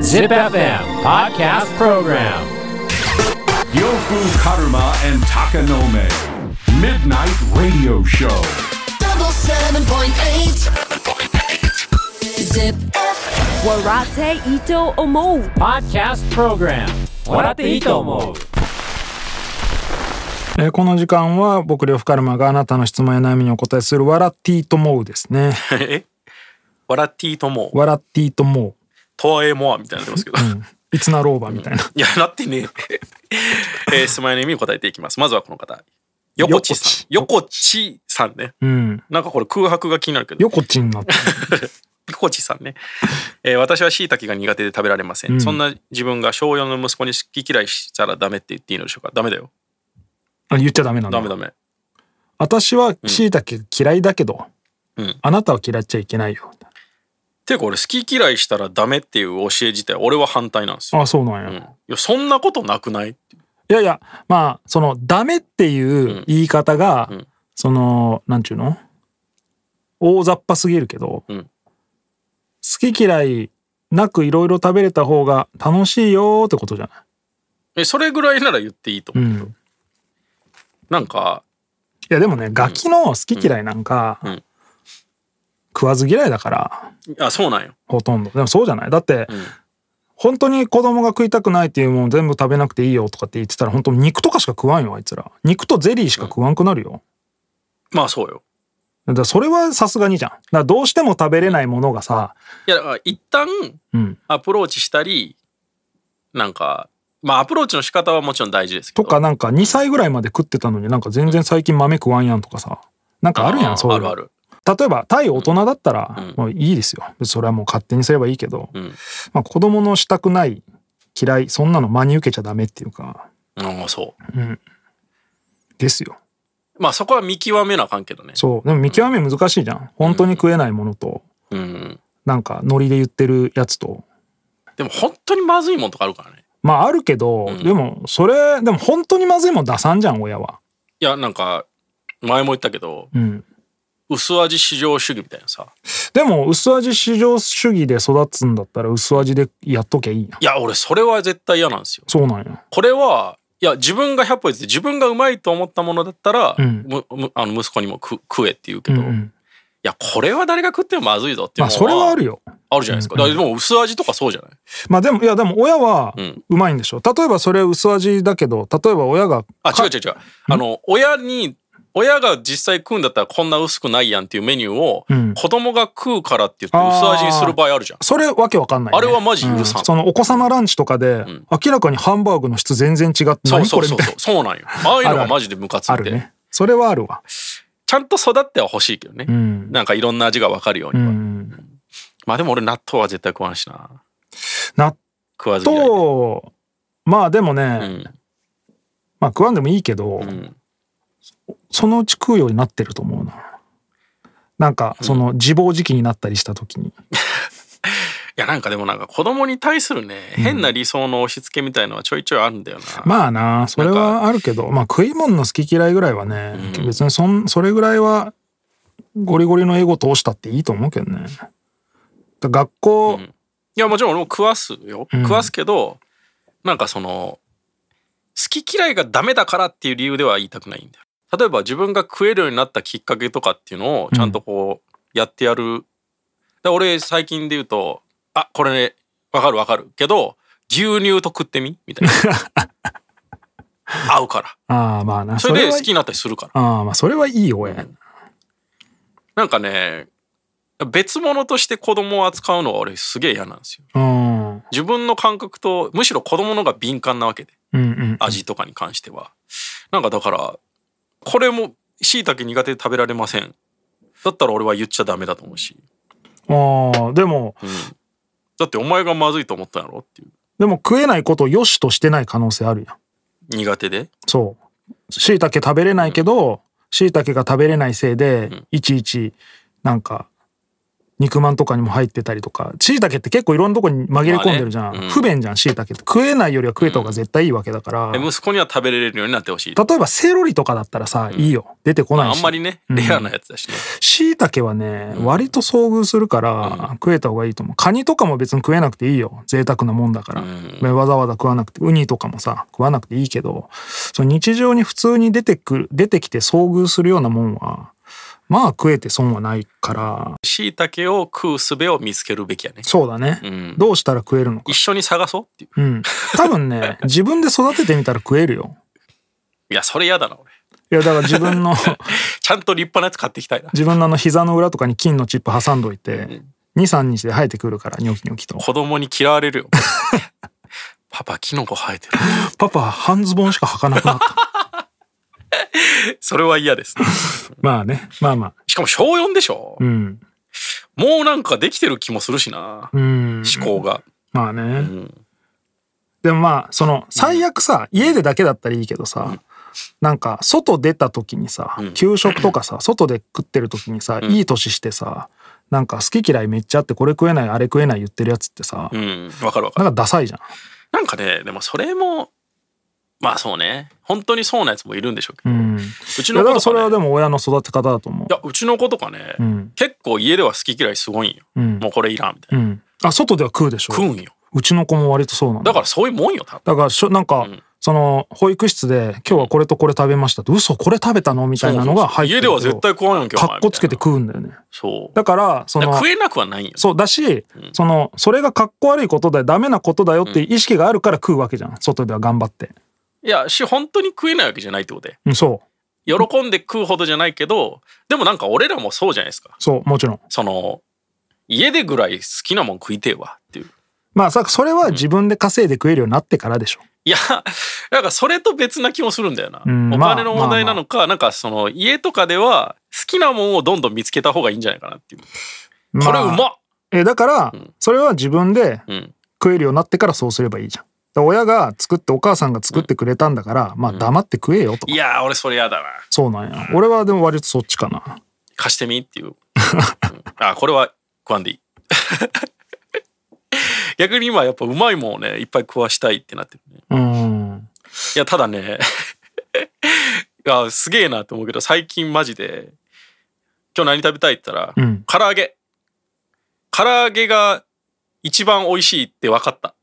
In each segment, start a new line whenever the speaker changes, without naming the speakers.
Zip FM Podcast Program
Yofu Karuma and Takanome. Midnight Radio Show.
double seven point eight. Zip.
Warate Ito Omo.
Podcast Program 笑っていいと思う
えーこの時間は僕呂布カルマがあなたの質問や悩みにお答えする「わらっていいと思う」です ね。
え笑っていいとも、
わらっていいと思
とわえもあみたいになってますけど。
う。いつなろうばみたいな。
いや、なってねえ。えー、質問や悩みに答えていきます。まずはこの方。横地さん。横地さんね。
うん。
なんかこれ空白が気になるけど。
横地になってる。
コーチさんね、えー私は椎茸が苦手で食べられません、そんな自分が小4の息子に好き嫌いしたらダメって言っていいのでしょうかダメだよ
あ言っちゃダメなんだ。
ダメダメ
私は椎茸嫌いだけど、
うん
あなたは嫌っちゃいけないよ。
ていうか俺好き嫌いしたらダメっていう教え自体俺は反対なんですよ、
あそうなんや。
うん、
い
いやそんなことなくない
やいやまあその「ダメ」っていう言い方が、
うん
そのなんちゅうの大雑把すぎるけど、
うん
好き嫌いなくいろいろ食べれた方が楽しいよーってことじゃない
えそれぐらいなら言っていいと思う、
うん
なんか
いやでもねガキの好き嫌いなんか、
うん
食わず嫌いだから
あそうなんよ、
ほとんどでもそうじゃないだって、
うん
本当に子供が食いたくないっていうもん全部食べなくていいよとかって言ってたら本当肉とかしか食わんよあいつら肉とゼリーしか食わんくなるよ、
まあそうよ
だからそれはさすがにじゃんだからどうしても食べれないものがさ
いやだから一旦
うん
アプローチしたりなんかまあアプローチの仕方はもちろん大事ですけ
と
ど
かなんか2歳ぐらいまで食ってたのになんか全然最近豆食わんやんとかさなんかあるやんそうい
あ
う
る
の
ある
例えば対大人だったら
うん
もういいですよそれはもう勝手にすればいいけど、
うん
まあ、子供のしたくない嫌いそんなの真に受けちゃダメっていうか
ああそう
ですよ
まあそこは見極めなあかんけどね。
そうでも見極め難しいじゃん本当に食えないものと
うん。
なんかノリで言ってるやつと
でも本当にまずいもんとかあるからね。
まああるけど、でもそれでも本当にまずいもん出さんじゃん親はい
や、なんか、前も言ったけど、
うん
薄味至上主義みたいなさ。
でも薄味至上主義で育つんだったら薄味でやっときゃいいやん
いや、俺それは絶対嫌なんですよ。
そうなんや
これは、いや、自分が100歩譲って自分がうまいと思ったものだったら、
うん
むむあの息子にも食食えって言うけど、
うんう
い
ん
や、これは誰が食ってもまずいぞってい
ま
う
あ
の
それはある
よ。
よ
あるじゃないですか。だからでも薄味とかそうじゃない
まあでもいやでも親は
うん
うまいんでしょ例えばそれ薄味だけど例えば親が
あ、違う違う違う。あの、親に、親が実際食うんだったらこんな薄くないやんっていうメニューを
ん
子供が食うからって言って薄味にする場合あるじゃん。
それわけわかんない、ね、
あれはマジ許さん
うそのお子様ランチとかで、明らかにハンバーグの質全然違って
そう
何
そ
こ
う
れ
そ
み
う
たい
そ
な
う。そうなんよ。ああ
あ
いうの
るあ
が
る
マジでムカつ
あ
い
る
て。
ねそれはあるわ
ちゃんと育っては欲しいけどね。
ん
なんかいろんな味がわかるよ
う
うには。
ん
まあでも俺納豆は絶対食わんしな。
納
食わず嫌いで。
豆まあでもね、
うん。
まあ食わんでもいいけど、
ん
そのうち食うようになってると思うななんかその自暴自棄になったりした時に、
いやなんかでもなんか子供に対するね、変な理想の押し付けみたいのはちょいちょいあるんだよな。
まあなそれはあるけどまあ食い物の好き嫌いぐらいはね、別にそんそれぐらいはゴリゴリの英語通したっていいと思うけどねだ学校、
いやもちろん俺も食わすよ。食わすけど、なんかその、好き嫌いがダメだからっていう理由では言いたくないんだよ。例えば自分が食えるようになったきっかけとかっていうのをちゃんとこうやってやる。で俺最近で言うと、あ、これね、わかるわかるけど、牛乳と食ってみみたい な。合うから。
ああまあな
それで
は
好きになったりするから。
ああまあそれはいいよ親や
なんかね、別物として子供を扱うのは俺すげえ嫌なんですよ。
うんうん
自分の感覚と、むしろ子供の方が敏感なわけで。
うん
味とかに関しては。なんかだから、これも椎茸苦手で食べられません。だったら俺は言っちゃダメだと思うし。
ああでも
だってお前がまずいと思ったんやろっていう。
でも食えないことを良しとしてない可能性あるやん
苦手で。
そう椎茸食べれないけど、椎茸が食べれないせいで、いちいちなんか肉まんとかにも入ってたりとか椎茸って結構いろんなとこに紛れ込んでるじゃん、
まあねうん
不便じゃん椎茸って食えないよりは食えた方が絶対いいわけだから、
で息子には食べれるようになってほしい。
例えばセロリとかだったらさ、いいよ出てこないし
あんまりね、レアなやつだしね。
椎茸はね割と遭遇するから食えた方がいいと思うカニとかも別に食えなくていいよ贅沢なもんだから、わざわざ食わなくてウニとかもさ食わなくていいけどその日常に普通に出てくる出てきて遭遇するようなもんはまあ食えて損はないから
椎茸を食う術を見つけるべきやね。
そうだね、
ん
どうしたら食えるのか
一緒に探そうっていう。
うん多分ね自分で育ててみたら食えるよ
いや、それ嫌だな、俺。
いやだから自分 の
ちゃんと立派なやつ買ってきたいな。
自分のあの膝の裏とかに金のチップ挟んどいて23日で生えてくるからニョキニョキと
子供に嫌わ れるよ。パパ、キノコ生えてる。
パパ半ズボンしか履かなくなった
それは 嫌です、ね。
まあねまあまあ
しかも小4でしょ、
うん
もうなんかできてる気もするしな。
うん
思考が。
まあね、でもまあその最悪さ、家でだけだったらいいけどさ、なんか外出た時にさ、給食とか さ外で食ってる時にさ、いい年してさなんか好き嫌いめっちゃあってこれ食えないあれ食えない言ってるやつってさ、
うん。わかるわかる。
なんかダサいじゃん
なんかね、でもそれも、まあそうね。本当にそうなやつもいるんでしょうけど。うち
いや
の
だか
子と
らそれ
か、
は
ね、
でも親の育て方だと思う
いや、うちの子とかね、結構家では好き嫌いすごいんよ。もうこれいらんみたいな。
うんあ外では食うでしょ
食うんよ。
うちの子も割とそうなんだ
だからそういうもんよ、多分。
だからしょなんか、その保育室で今日はこれとこれ食べましたって嘘これ食べたのみたいなのが入って
家
る
では絶対食わんよ、今日お前
かっこつけて
みたい
食うんだよね
なそう。
だからそ
だ
の
から食えなくはないんよ。
そうだし、そのそれがかっこ悪いことだよダメなことだよっていう意識があるから食うわけじゃん外では頑張って、
いや、し、本当に食えないわけじゃないってことで。
うん、そう
喜んで食うほどじゃないけど、でもなんか俺らもそうじゃないですか。
そうもちろん
その、家でぐらい好きなもん食いてえわっていう。
まあさそれは自分で稼いで食えるようになってからでしょ、
いや、なんかそれと別な気もするんだよな。
ん
お
まあ
金の問題なのか、なんかその家とかでは好きなもんをどんどん見つけた方がいいんじゃないかなっていう。
まあ
これうまっ
えだから、それは自分で
ん
食えるようになってからそうすればいいじゃんだから親が作ってお母さんが作ってくれたんだから、まあ黙って食えよと
いやー、俺それ嫌だな。
そうなんや俺はでも割とそっちかな
貸してみって いう。うんあ、これは食わんでい い。逆に今やっぱうまいもんをね、いっぱい食わしたいってなってるね。
うん
いや、ただね、 いや、すげえなって思うけど、最近マジで、今日何食べたいって言ったら、
ん
唐揚げ。唐揚げが一番美味しいって分 かった。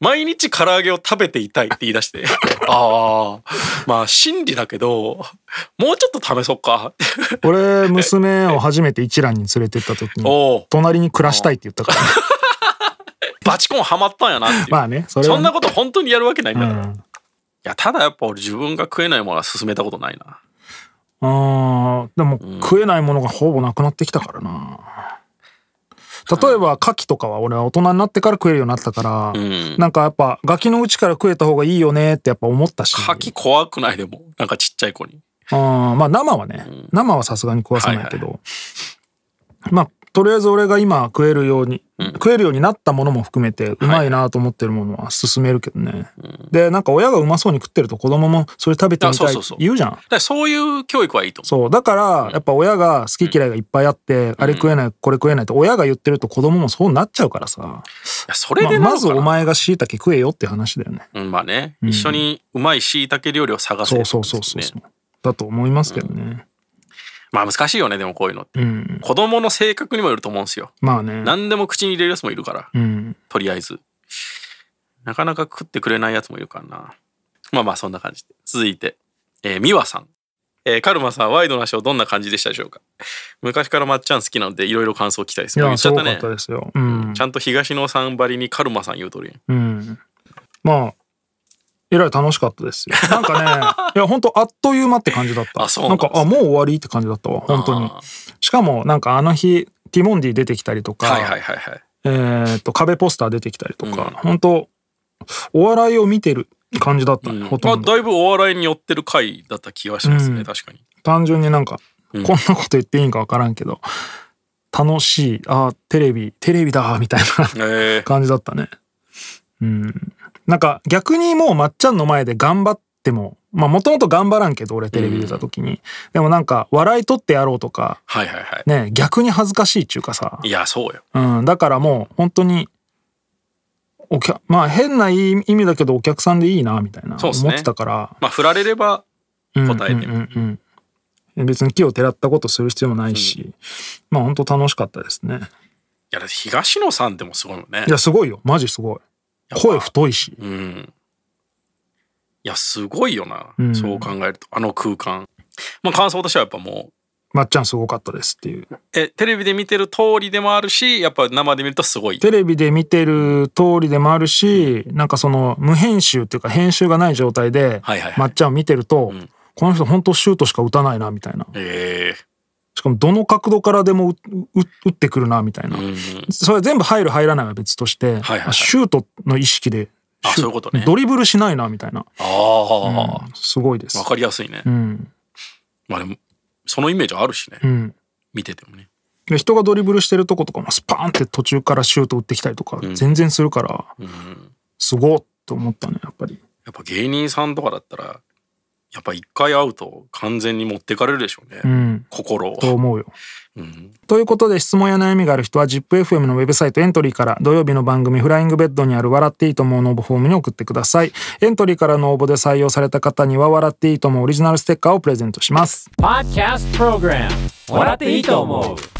毎日唐揚げを食べていたいって言い 出して、ああ、まあ真理だけど、もうちょっと試そうか。
俺娘を初めて一蘭に連れてった時に
おお、
隣に暮らしたいって言 ったからね、
バチコンハマったんやなっていう。
まあねそれは
そ
ね
んなこと本当にやるわけないんだから。
うん
いや、ただやっぱ俺自分が食えないものは勧めたことないな。
あーでも食えないものがほぼなくなってきたからな例えば牡蠣とかは俺は大人になってから食えるようになったから、
ん
なんかやっぱガキのうちから食えた方がいいよねってやっぱ思ったし
柿怖くないでも、なんかちっちゃい子に。
あーまあ生はね、生はさすがに食わさないけど、まあとりあえず俺が今食えるように、食えるようになったものも含めてうまいなと思ってるものは勧めるけどね、でなんか親がうまそうに食ってると子供もそれ食べてみ
あ
たいっ
そう
て
そうそう
言うじゃん
だからそういう教育はいいと思
そう。だから、やっぱ親が好き嫌いがいっぱいあって、あれ食えない、これ食えないって、親が言ってると子供もそうなっちゃうからさ。
う。いや、それ
ま
で
あ
な
ま
の
ず
かな、
お前が椎茸食えよって話だよね。
うん、まあね、一緒にうまい椎茸料理を探せ
そ
る
うそうそうそう
ね
そう。だと思いますけどね。
まあ難しいよねでもこういうのって、
ん
子供の性格にもよると思うんですよ
まあね。
何でも口に入れるやつもいるから、
うん。
とりあえずなかなか食ってくれないやつもいるからなまあまあそんな感じで続いて、えー、美和さん、えーカルマさんワイドなショーどんな感じでしたでしょうか昔からまっちゃん好きなのでいろいろ感想聞きたいです
い
も
や、
う言っち
す
ゃっ
ご
た
か
ね
ったですよ。うん
ち。ゃんと東野さんばりにカルマさん言うとるやん
うん。まあ、えらい楽しかった ですよ。なんかね、いや、本当あっという間って感じだった。
あそうなんですね
か、あ、もう終わりって感じだったわ。本当に。しかも、なんかあの日、ティモンディ出てきたりとか、
はいはいはいはい
えーっと壁ポスター出てきたりとか、本当お笑いを見てる感じだったね、ほ
ま
と
あ
んど
だいぶお笑いに寄ってる回だった気がしますね、
うん
確かに
単純になんか、こんなこと言っていいんか分からんけど楽しいあーテレビテレビだーみたいな
えー
感じだったねうんなんか逆にもうまっちゃんの前で頑張っでもまあもともと頑張らんけど俺テレビ出た時に、でもなんか笑い取ってやろうとか
はいはいはい、
ね逆に恥ずかしいっちゅうかさ
いやそうよ
うん、だからもう本当にお客まあ変な意味だけどお客さんでいいなみたいな
そ
思
うっすね
ってたから
まあ振られれば答
う
えて
ん
み
う
る、
んうんうん別に木をてらったことする必要もないし、まあ本当楽しかったですね
いやだって東野さんでもすごいもんね
いやすごいよマジすごい声太いし
うんいやすごいよな、
ん
そう考えるとあの空間まあ感想としてはやっぱもう
まっちゃんすごかったですっていう
えテレビで見てる通りでもあるしやっぱ生で見るとすごい
テレビで見てる通りでもあるしなんかその無編集っていうか編集がない状態で、
はいはいはい
まっちゃんを見てると、この人本当シュートしか打たないなみたいな
え
しかもどの角度からでもうう打ってくるなみたいな、
えうん
それ全部入る入らないは別として、
はいはい
シュートの意識で
あ
シュ
そういうことね
ドリブルしないなみたいな、
ああ、わ
すごいです
かりやすいね、
うん
まあでもそのイメージあるしね、
うん
見ててもね
で人がドリブルしてるとことかもスパーンって途中からシュート打ってきたりとか全然するから、すごっと思ったねやっぱり
やっぱ芸人さんとかだったらやっぱ一回会うと完全に持ってかれるでしょうね、
うん
心を
と思うよ
うん
ということで質問や悩みがある人は ZIPFM のウェブサイトエントリーから土曜日の番組「フライングベッド」にある「笑っていいと思う」の応募フォームに送ってくださいエントリーからの応募で採用された方には「笑っていいと思う」オリジナルステッカーをプレゼントします
Podcast Program 笑っていいと思う